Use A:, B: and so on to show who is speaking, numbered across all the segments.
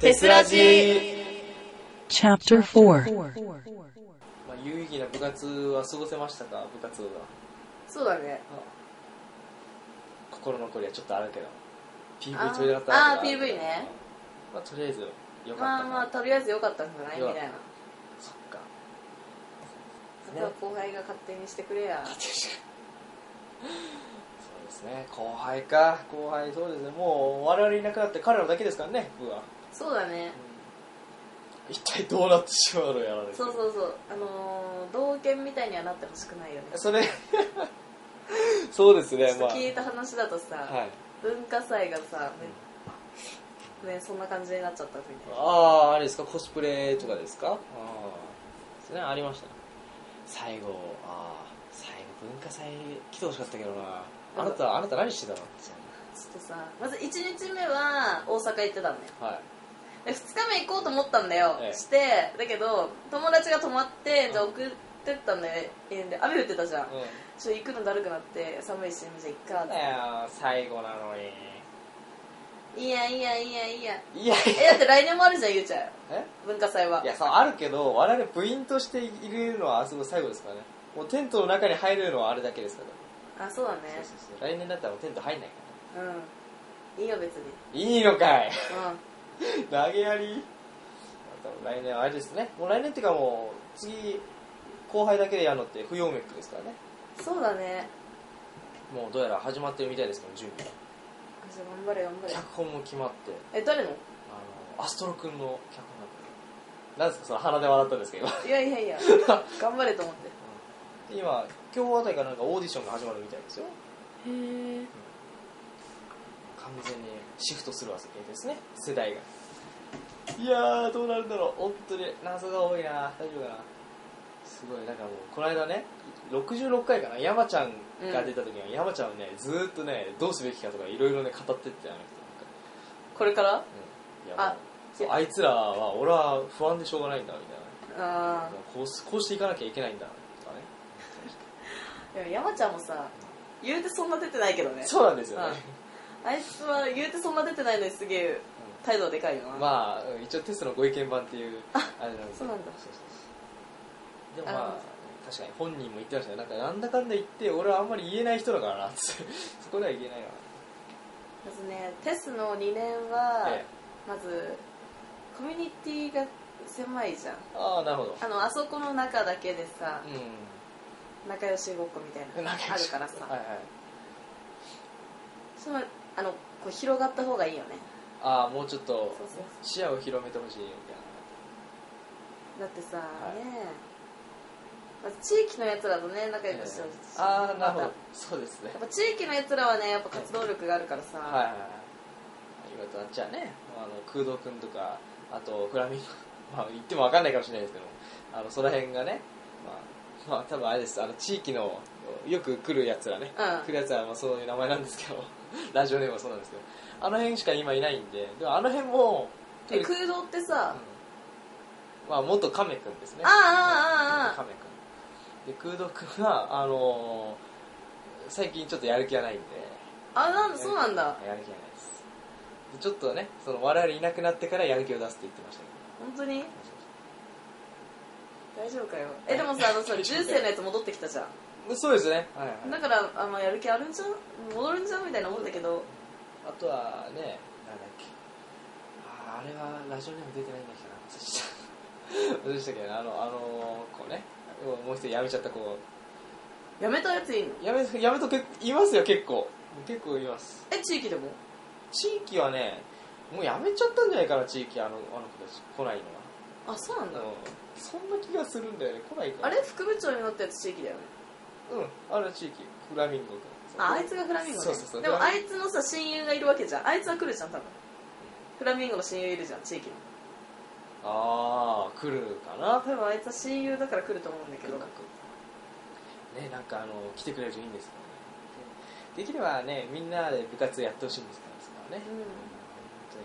A: テスラジー
B: Chapter 4
C: まあ、有意義な部活は過ごせましたか部活動が、
A: そうだね
C: 心残りはちょっとあるけど PV
A: あー
C: 取りなかった
A: あー PV ね、
C: まあ、とりあえずよかっ
A: まあ
C: た
A: まあ
C: あ
A: とりあえず良かったんじゃないみ
C: 良
A: た
C: か
A: い
C: った
A: な
C: そっか
A: あとは後輩が勝手にしてくれや
C: そうですね後輩か後輩そうですねもう我々いなくなって彼らだけですからね僕は、
A: そうだね
C: うん一体どうなってしまうのやらです
A: そう
C: う
A: そうそうあのー同県みたいにはなってほしくないよね
C: それ そうです
A: ちょ
C: ね
A: っ
C: ま
A: と
C: あ
A: 聞いた話だとさ、
C: はい
A: 文化祭がさ、ねねそんな感じになっちゃったみたいな
C: あああれですかコスプレとかですかああですねありましたね最後ああ最後文化祭来てほしかったけどなあなたあなた何してたの
A: ちょっとさまず1日目は大阪行ってたのよ
C: はい
A: で2日目行こうと思ったんだよ、
C: ええ
A: してだけど友達が泊まってじゃあ送ってったんだよ園で雨降ってたじゃん、
C: うん
A: ちょっと行くのだるくなって寒いしじゃあ行っか
C: だよ最後なのに
A: いいやいいやいいやいいや
C: いやい
A: えだって来年もあるじゃんゆうちゃん
C: や
A: 文化祭は
C: やそうあるけど我々部員としているのはあそこ最後ですからねもうテントの中に入るのはあれだけですから
A: あそうだね
C: そうそうそう来年だったらもうテント入んないか
A: うんいいよ別に
C: らいいのかい
A: うん
C: 投げやりまた来年はあれですねもう来年っていうかもう次後輩だけでやるのって不要脈ですからね
A: そうだね
C: もうどうやら始まってるみたいですけど準備が
A: あじゃあ頑張れ頑張れ
C: 脚本も決まって
A: え誰の
C: あのアストロ君の脚本なんだけどなんですかその鼻で笑ったんですけど
A: いやいや いや頑張れと思って
C: 今今日あたりからなんかオーディションが始まるみたいですよ
A: へえ
C: 完全にシフトするわけですね世代がいやーどうなるんだろう本当に謎が多いな大丈夫かなすごいなんかもうこの間ね66回かな山ちゃんが出た時は、山ちゃんはねずーっとねどうすべきかとかいろいろね語ってってあの
A: これから
C: 人なんかいやもう
A: あ
C: そうあいつらは俺は不安でしょうがないんだみたいな
A: あ
C: もうこうすこうしていかなきゃいけないんだとかね
A: あでも山ちゃんもさ言うてそんな出てないけどね
C: そうなんですよね、
A: あいつは言うてそんな出てないのにすげえ態度でかいよな、
C: まあうん一応テストのご意見版っていうあれなんですけど
A: そうなんだ
C: そうそうでも
A: あ
C: ま
A: の
C: あ確かに本人も言ってましたねなんかなんだかんだ言って俺はあんまり言えない人だからなって そこでは言えないな
A: まずねテスの2年は、
C: ええ
A: まずコミュニティが狭いじゃん
C: ああなるほど
A: あのあそこの中だけでさ
C: う
A: 仲良しごっこみたい
C: ん
A: なのあるからさ、
C: はいはい
A: そのあのこう広がった方がいいよね
C: ああもうちょっ
A: そ
C: と
A: うそうそ
C: 視野を広めてほしいみたいう
A: だってさ、
C: い
A: ねえまず地域のやつらとね仲
C: な
A: 良くしてほしい、
C: えーああなるほ
A: ま
C: ど
A: た
C: そうですね
A: やっぱ地域のやつらはねやっぱ活動力があるからさ、
C: はいはいはいありがとうじゃあねあの空洞くんとかあとフラミンゴまあ言っても分かんないかもしれないですけどあのその辺がねまあ、まあ、多分あれですあの地域のよく来るやつらね、
A: うん
C: 来るやつらはまあそういう名前なんですけど ラジオネームはそうなんですけどあの辺しか今いないんででもあの辺も
A: え
C: うん
A: 空洞ってさ、
C: まあ元亀くんですね
A: ああああああ
C: 亀くんで空洞くんはあのー最近ちょっとやる気がないんで
A: あなんだそうなんだ
C: やる気がないですでちょっとねその我々いなくなってからやる気を出すって言ってましたけ
A: 本当に
C: ど
A: 大丈夫かよえでもさあのさ
C: 大丈夫
A: 中世のやつ戻ってきたじゃん
C: でそうですね、はいはい
A: だからあのやる気あるんじゃん戻るんじゃんみたいな思うんだけど
C: あとはねなんだっけあーあれはラジオネーム出てないんだっけな忘れちゃった 忘れちゃったけどあのあのー、こうねもう一人辞めちゃった子
A: やめたやついいの
C: やめやめとけいますよ結構結構います
A: え地域でも
C: 地域はねもうやめちゃったんじゃないかな地域あのあの子たち来ないの
A: あそうなんだ
C: は、うん、そんな気がするんだよね来ないから
A: あれ副部長になったやつ地域だよね
C: うんある地域フラミンゴ君
A: ああいつがフラミンゴね
C: そうそうそう
A: でも
C: フラ
A: あ
C: ミ
A: いつのさ親友がいるわけじゃんあいつは来るじゃん多分フラミンゴの親友いるじゃん地域の
C: ああ来るかな
A: 多分あいつは親友だから来ると思うんだけど
C: ねなんかあの来てくれるといいんですけどねできればねみんなで部活やってほしいんですからね、
A: うん
C: 本当に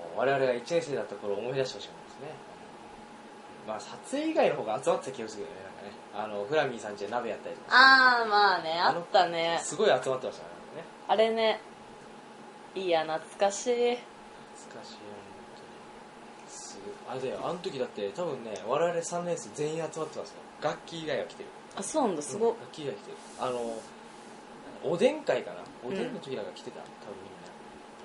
C: もう我々が1年生だった頃を思い出してほしいもんですねまあ撮影以外の方が集まってた気がするけどねなんかねあのフラミーさんちで鍋やったりとか
A: ああまあねあったね
C: すごい集まってましたねね
A: あれねいや懐かしい
C: 懐かしい本あれだよあの時だって多分ね我々3年生全員集まってますよ楽器以外は来てる
A: あそうなんだすごっ
C: 楽器以外来てるあのおでん会かなおでんの時なんか来てた、多分みんなす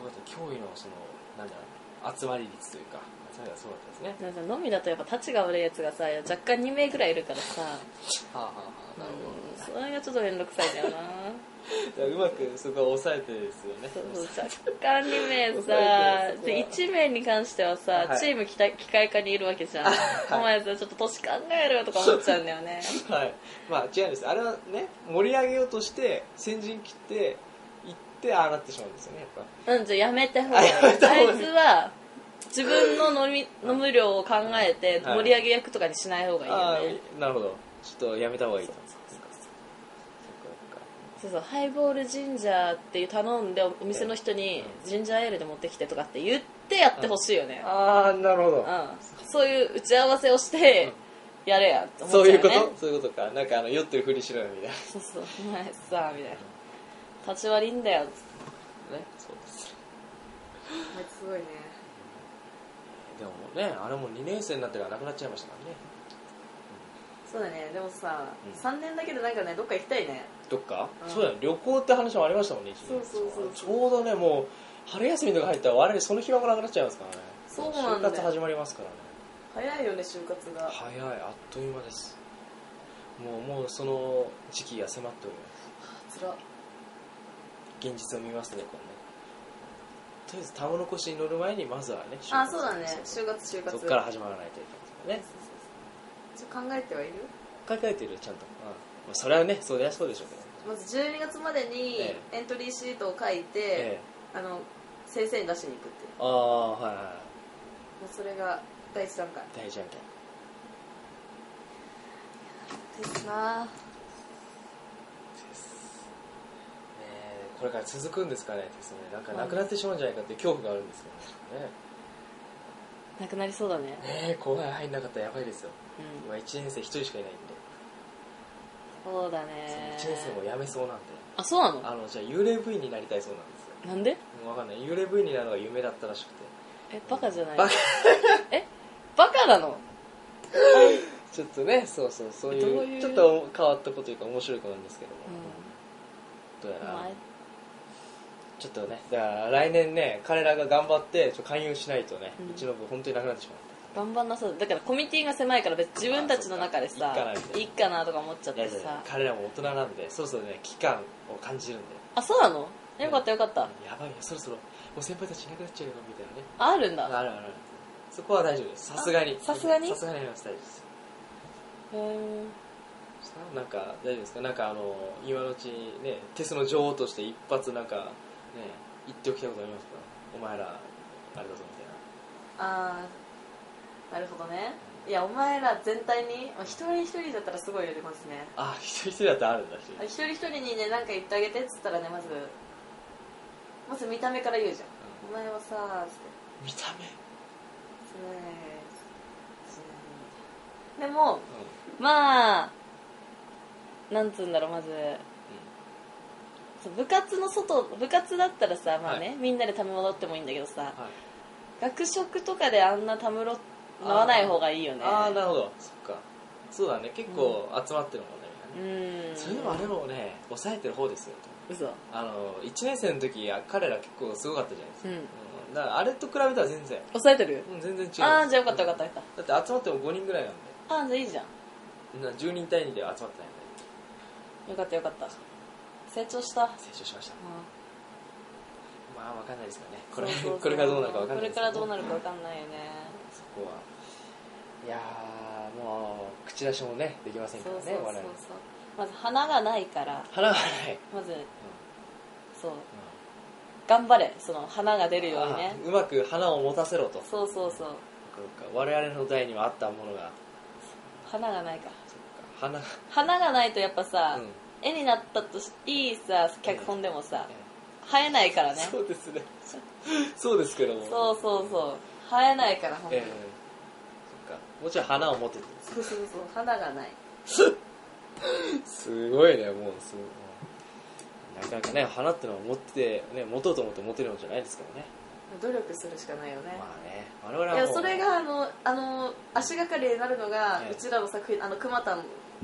C: ごかった驚異のそのなんだろう集まり率というか集まりがすごかったですね
A: なんか飲みだとやっぱ立ちが悪いやつがさ若干2名ぐらいいるからさ
C: はあはあはあなる
A: うんそれがちょっと面倒くさいんだよな
C: ほどうまくそこは抑えてですよね
A: そうそう若干2名さで1名に関してはさ、
C: はい
A: チーム機体機械化にいるわけじゃん、お前さちょっと年考えろよとか思っちゃうんだよね
C: はいまあ違うんですあれはね盛り上げようとして先陣切って行ってああなってしまうんですよねやっぱ
A: うんじゃあやめた方がいい
C: あやめた
A: あ
C: 方がいい
A: いつは自分の飲み飲む量を考えて
C: はい
A: 盛り上げ役とかにしない方がいい
C: あ
A: よね、
C: あなるほどちょっとやめた方がいいと
A: そうそう
C: そっか
A: そうそうハイボールジンジャーっていう頼んでお店の人にジンジャーエールで持ってきてとかって言ってやってほしいよね、
C: ああなるほど
A: うん、そういう打ち合わせをしてやれやって思っちゃ
C: そうういう
A: よ
C: こ
A: ね
C: とそういうことかなんかあの酔ってるふりしろよみたい
A: そうそうお前さみたいな立ち割りいいんだよ
C: なねそうです
A: すごいね
C: でもねあれも2年生になってからなくなっちゃいましたからね
A: そうだねでもさ、
C: うん
A: 3年だけでなんかねどっか行きたいね
C: どっか、
A: うん
C: そうだよ旅行って話もありましたもんね一年
A: そうそうそう
C: ちょうどねもう春休みとか入ったら我々その暇もなくなっちゃいますからね
A: そうなんだよ
C: 就活始まりますからね
A: 早いよね就活が
C: 早いあっという間ですもうもうその時期が迫っております
A: つら
C: 現実を見ますねこれねとりあえず玉の輿に乗る前にまずはね就活
A: あそうだね就活就活
C: そこから始まらないといけないです
A: そうそうそうちょっと考えてはいる
C: からね考えてるちゃんと、うんまあ、それはねそりゃそうでしょうけど
A: まず12月までに
C: え
A: エントリーシートを書いて、
C: ええ
A: あの先生に出しに行くっていう
C: ああはいはい
A: もうそれが第一段階
C: 大事案件
A: ですな
C: ねえこれから続くんですかねですねなんかなくなってしまうんじゃないかっていう恐怖があるんですけどね
A: なくなりそうだね
C: ねえ後輩入んなかったらやばいですよ
A: う
C: 今
A: ん
C: 1年生1人しかいないんで、
A: そうだね
C: 1年生も辞めそうなんで
A: あそうなの
C: あのじゃあ幽霊部員になりたいそうなんですよ
A: なんで
C: もうわかんない幽霊部員になるのが夢だったらしくて
A: えバカじゃない
C: バカ
A: えバカなの
C: ちょっとねそうそうそう
A: どう
C: いう
A: いう
C: ちょっと変わったこというか面白い子なんですけども、どうや
A: うんま
C: ら
A: あ
C: ちょっとねだから来年ね彼らが頑張ってちょっと勧誘しないとね、
A: う
C: うんちの部本当になくなってしまうんで
A: バンバンなさだからコミュニティが狭いから別に自分たちの中で
C: あ
A: さ
C: そっかいっかなみたいない
A: っかなとか思っちゃっ
C: いや
A: て
C: いやいや
A: さ
C: 彼らも大人なんでそろそろね期間を感じるんで
A: あそうなのよかったよかった
C: やばいよそろそろもう先輩たちいなくなっちゃうよみたいなね
A: あるん
C: あ
A: だ
C: るあるあるそこは大丈夫ですさすがに
A: あさすがに
C: さすがにあります大丈夫です
A: へー
C: なんか大丈夫ですかなんかあの今のうちにねテスの女王として一発なんかね言っておきたいことありますかお前らあれだぞみたいな
A: ああなるほどねいやお前ら全体にまあ一人一人だったらすごいやりますね
C: あ一人一人だってあるんだし
A: あ一人一人にねなんか言ってあげてっつったらねまずまず見た目から言うじゃん「お前はさ」つって
C: 見た目
A: 「それそれでもまあなんつうんだろうまず
C: う
A: そう部活の外部活だったらさまあね、
C: は
A: みんなでため戻ってもいいんだけどさ
C: んはい
A: 学食とかであんなたむろ飲まない方がいいよね
C: ああなるほどそっかそうだね結構集まってるもんねみんなね
A: うん
C: それでもあれもね抑えてる方ですよ
A: 嘘うん
C: あの1年生の時彼ら結構すごかったじゃないですか、うんだからあれと比べたら全然、
A: 抑えてる
C: うん、全然違う
A: ああじゃあよかったよかったよかっ
C: だって集まっても5人ぐらいなんで
A: たああじゃあいいじゃん
C: な10人対2では集まってないんで
A: よかったよかった成長した
C: 成長しました
A: うん
C: まあわかんないですからねこれ
A: そうそうそ う
C: これからどうなるかわかんないです
A: これ
C: け
A: からどうな
C: る
A: るかわかんないよね
C: そこはいやーもう口出しもねできませ
A: そうん
C: か
A: そ
C: ら
A: う
C: ね
A: そう
C: 我
A: そう
C: 々
A: まず花がないから
C: 花がない、
A: まず
C: う
A: そうん
C: うん
A: 頑張れその花が出るようにね
C: あーうまく花を持たせろと
A: そうそうそう
C: そうか我々の代にはあったものが
A: 花がないから
C: そっか花が
A: 花がないとやっぱさ、
C: うん
A: 絵になったとしいいさ脚本でもさ
C: ええ
A: 映えないからねそ
C: そううですね。そうですけども。
A: そうそう映えないからほんと
C: え
A: に
C: えそっか。もちろん花を持ってて。
A: そうそうそう花がない
C: すごいね、もう、すごい。なかなかね、花ってのは持ってて、ね、持とうと思って持てるもんじゃないですからね。
A: う努力するしかないよね、
C: まあね我々はいもう
A: やそれがあのあの足がかりになるのが、
C: ね
A: うちらの作品あの熊田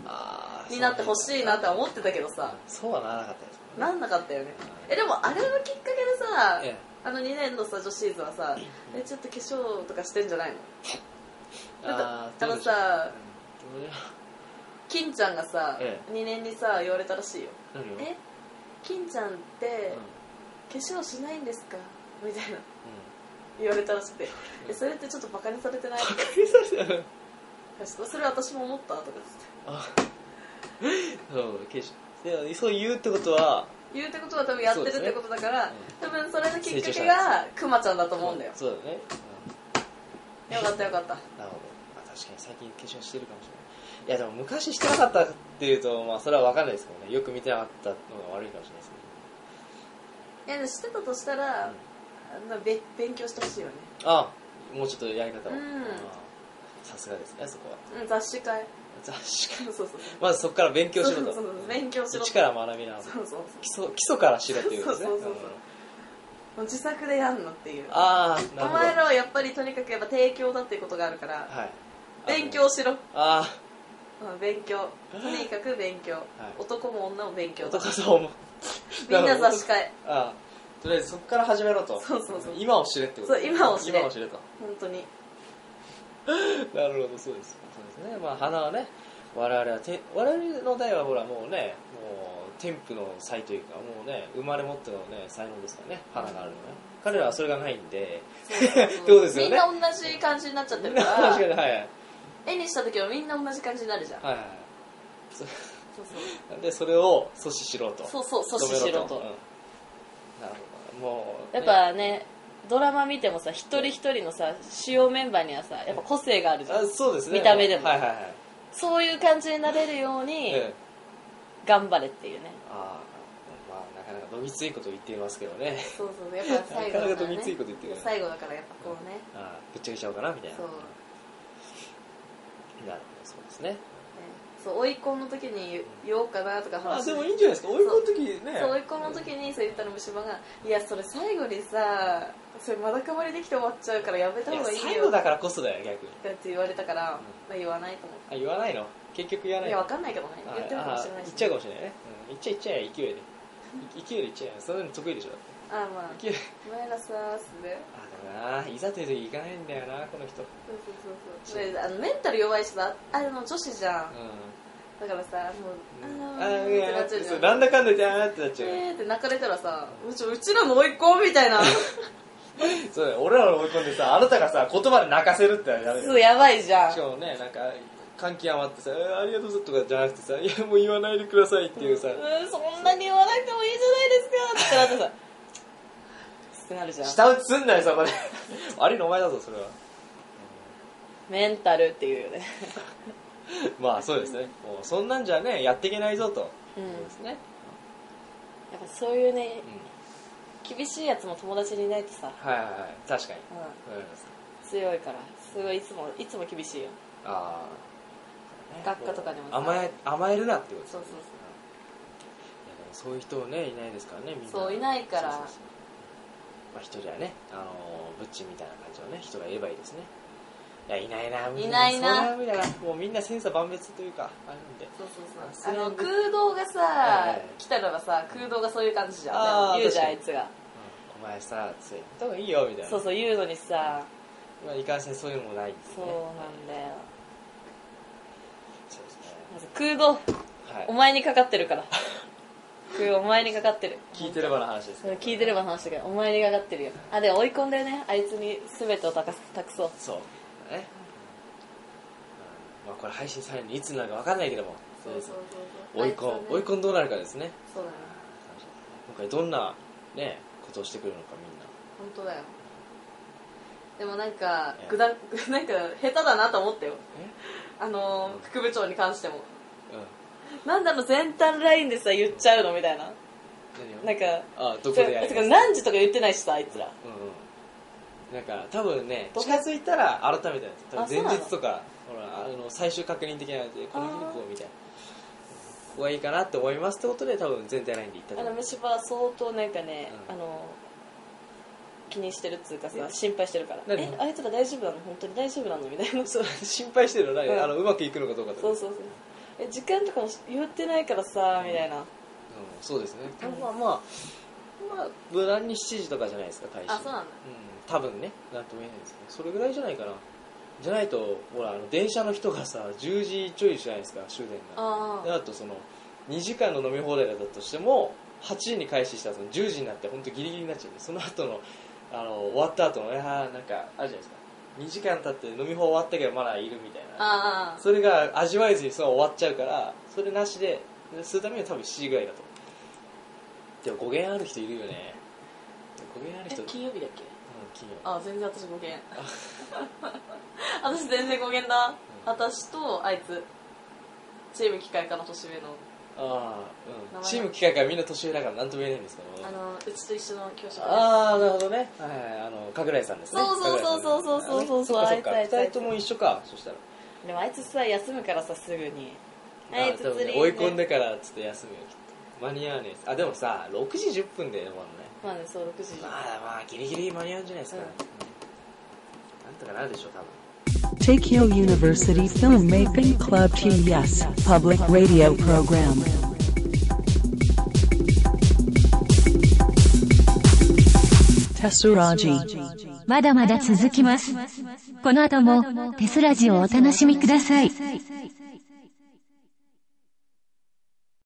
C: あー
A: になってほしいなとは思ってたけどさ
C: そうはならなかったですもんね
A: なんなかったよねえでもあれのきっかけでさ、
C: え
A: あの2年のさ女子シーズンはさ
C: うん
A: えちょっと化粧とかしてんじゃないの
C: え
A: なん
C: あ
A: か
C: ー
A: あのさ
C: どうでしょ
A: 金ちゃんがさ、
C: え
A: 2年にさ言われたらしいよ
C: う何を
A: え金ちゃんって化粧しないんですかみたいな言われたらしくてえそれってちょっとバカにされてない
C: うんうんうん
A: それ私も思ったとか言って
C: あ そう化粧でもそう言うってことは
A: 言うってことは多分やってるってことだから、多分それのき
C: 成長したん
A: っかけ
C: です
A: がクマちゃんだと思うんだよ
C: そうだね、うん
A: よかったよかった
C: なるほど、まあ、確かに最近化粧してるかもしれないいやでも昔してなかったっていうとまあそれは分かんないですけどねよく見てなかったのが悪いかもしれないですね
A: いやでもしてたとしたら、あのべ勉強してほしいよね
C: あもうちょっとやり方を、
A: うん
C: あさすがですねそこは
A: うん雑誌会
C: 雑誌か
A: そうそうそう
C: まずそこから勉強しろと
A: そうそうそう勉強しろと
C: 一から学びな
A: そうそう
C: 基礎基礎からしろっていうことですね
A: そうそうそうそうんそう自作でやんのっていう
C: ああ
A: お
C: なるほど
A: 前らはやっぱりとにかくやっぱ提供だっていうことがあるから
C: はい
A: 勉強しろ
C: ああ
A: うん勉強とにかく勉強、男も女も勉強だ
C: 男そう思う
A: みんな雑誌会
C: ああとりあえずそこから始めろと
A: そうそうそう
C: 今を知れってこと
A: そう今を知れ
C: 今を知れと
A: 本 当に
C: なるほどそうですそうですねまあ花はね我々はて我々の代はほらもうねもう天賦の才というかもうね生まれ持ってのね才能ですからね花があるのね彼らはそれがないんで
A: そうそう
C: ってことですよね
A: みんな同じ感じになっちゃっ て
C: 確
A: るか
C: からにはいはい
A: 絵にした時はみんな同じ感じになるじゃん、
C: はいはいそ
A: そう
C: なんでそれを阻止しろと
A: そうそうそう阻止しろと
C: 止めうんなるほどもう
A: やっ
C: ね
A: ぱねドラマ見てもさ一人一人のさ主要メンバーにはさやっぱ個性があるじゃ
C: あ
A: ん
C: そうですね
A: 見た目でも
C: はいはいはい
A: そういう感じになれるように
C: ええ
A: 頑張れっていうね
C: ああまあなかなかどぎついこと言っていますけどね
A: そうそうやっぱ最後だ
C: なかな
A: か、
C: からどぎ
A: ね
C: ついこと言ってるね、
A: 最後だからやっぱこうね
C: ああぶっちゃけちゃおうかなみたいな
A: そうね
C: なるほどそうですね
A: そう追い込む時に言おうかなとか
C: あ
A: 話
C: でもいいんじゃないですか追い込む時ね
A: そう追い込む時にそう言ったの虫歯が「いやそれ最後にさそれまだかまりできて終わっちゃうからやめた
C: いや
A: 方がいい
C: 最
A: よ」
C: 後
A: とか
C: だからこそだよ逆に
A: って言われたから、まあ、言わないと思っ
C: あ言わないの結局言わな
A: て
C: い
A: い
C: の
A: やわかんないけどね
C: あ
A: 言ってるかもしれない
C: あ
A: し
C: 言っちゃうかもしれないね、うん、言っちゃい言っちゃえ勢いでい勢いで言っちゃえそんなの得意でしょだっ
A: あまあ
C: て勢い
A: お前らさすで
C: あでもないざという時行かないんだよなこの人うん
A: そうそうそうそうであのメンタル弱いしさあの女子じゃんだからさもう「あ
C: あ
A: ー」
C: い
A: ってな
C: や
A: っちゃうじ
C: そ
A: ゃ
C: うんなんだかんだ言ってあーってなっちゃう、
A: えーって泣かれたらさうちうちらの甥いっ子みたい な
C: そうだよ俺らの追い込んでさあなたがさ言葉で泣かせるってのはダメだよ
A: そうやばいじゃん
C: しかもねなんか歓喜余ってさえー「ありがとうぞ」とかじゃなくてさ「いやもう言わないでください」っていうさ、
A: うんそんなに言わなくてもいいじゃないですかってなってさってなるじゃ ん
C: 下打ちすんなよそこ で悪いのお前だぞそれは
A: メンタルっていうよね
C: まあそうですねもうそんなんじゃねやっていけないぞと、
A: う
C: そ
A: ん
C: うですね、
A: やっぱそういうね
C: うん、
A: 厳しいやつも友達にいないとさ、
C: はいはいはい確かに、
A: う
C: うん、
A: ん、強いからすごいいつもいつも厳しいよ
C: ああ、
A: 学科とかでもさ
C: 甘え甘えるなってことです
A: そうそうそう
C: いやでもそういう人ねいないですからねみんな
A: そういないから
C: そうそうそうまあ一人はねあのーブッチみたいな感じのね人がいればいいですねいやいないなみた
A: いないな
C: そうみたいなもうみんな千差万別というかあるんで
A: そう
C: あ
A: そ
C: そう
A: うそう
C: いう
A: あの空洞がさ、
C: ええ
A: 来たらばさ空洞がそういう感じじ
C: あ
A: ゃ
C: ー
A: ん言うじゃんあ
C: 確
A: いつが
C: お前さついた方がいいよみたいな
A: そうそう言うのにさ
C: まあ、いかんせんそういうのもないんですね
A: そうなんだよ
C: そうですね
A: まず空洞
C: はい
A: お前にかかってるから空洞お前にかかってる
C: 聞いてればの話です
A: その
C: ね
A: 聞いてればの話だけどお前にかかってるよあでも追い込んだよねあいつに全てを託す託そう
C: そうだね、うんまあ、これ配信されるのいつになるか分かんないけども追い込ん追い込んどうなるかですね
A: そうだね
C: 今回どんなねことをしてくれるのかみんな
A: 本当だよでもなんか
C: ええ
A: ぐだ なんか下手だなと思ったよ
C: え
A: あのー副部長に関しても
C: うん
A: なんだの先端ラインでさ言っちゃうのみたいな
C: 何
A: なん
C: を
A: か
C: あどこでや
A: てか
C: る
A: 何時とか言ってないしさあいつら
C: うんうんなんか多分ね
A: どこ
C: 近づいたら改めてなんです多分
A: あそうな
C: 前
A: の
C: 日とかほらあの最終確認的なやつでこの日にこうみたいなここがいいかなって思いますってことで多分全体ラインで行った
A: あ
C: と思
A: の
C: う
A: 虫歯は相当なんかね、
C: うん
A: あのー気にしてるっつうかさ
C: え
A: 心配してるから
C: 何
A: えあれとか大丈夫なの本当に大丈夫なのみたいなそう
C: そう心配してるの何、
A: うん
C: あのうまくいくのかどうかとか
A: そうそうえ時間とかも言ってないからさみたいな
C: うん、そうですね
A: うん
C: まあまあまあ無難に7時とかじゃないですか開始
A: あそうなんだ
C: うん、多分ねなんとも言えないですけどそれぐらいじゃないかなじゃないとほらあの電車の人がさ10時ちょいじゃないですか終電が
A: あ
C: であとその2時間の飲み放題だったとしても8時に開始したらその10時になって本当ギリギリになっちゃうんでその後のあの終わった後のいやーなんかあるじゃないですか2時間経って飲み放終わったけどまだいるみたいな
A: ああ
C: それが味わえずにそのまま終わっちゃうからそれなしででするためには多分7時ぐらいだとでも語源ある人いるよね語源ある人うん、
A: 金曜日だっけ
C: 金曜
A: あ全然私語源 私全然語源だ私とあいつチーム機械科の年上の
C: あ
A: 名
C: あ、う
A: 前
C: ん、
A: は
C: チーム機械からみんな年上だから何とも言えないんですけど
A: あのうちと一緒の教職
C: ああなるほどねはいはいあの神楽井さんですね
A: そうそうそうそうそうそうそうそう
C: 神楽井さんねそっかそっか
A: あいつあいつあいつ
C: 二人とも一緒かそしたら
A: でもあいつさ休むからさすぐにあいつ
C: 多分
A: 釣
C: ね
A: り
C: 追い込んでからちょっと休むよきっと間に合わねえですあでもさ6時10分で終わるね
A: まあねそう6時
C: まあまあギリギリ間に合うんじゃないですか、ねうんなんとかなるでしょ多分
B: Takeo University Filmmaking Club TES Public Radio Program. Tesseraji.
D: まだまだ続きます。この後もテスラジをお楽しみください。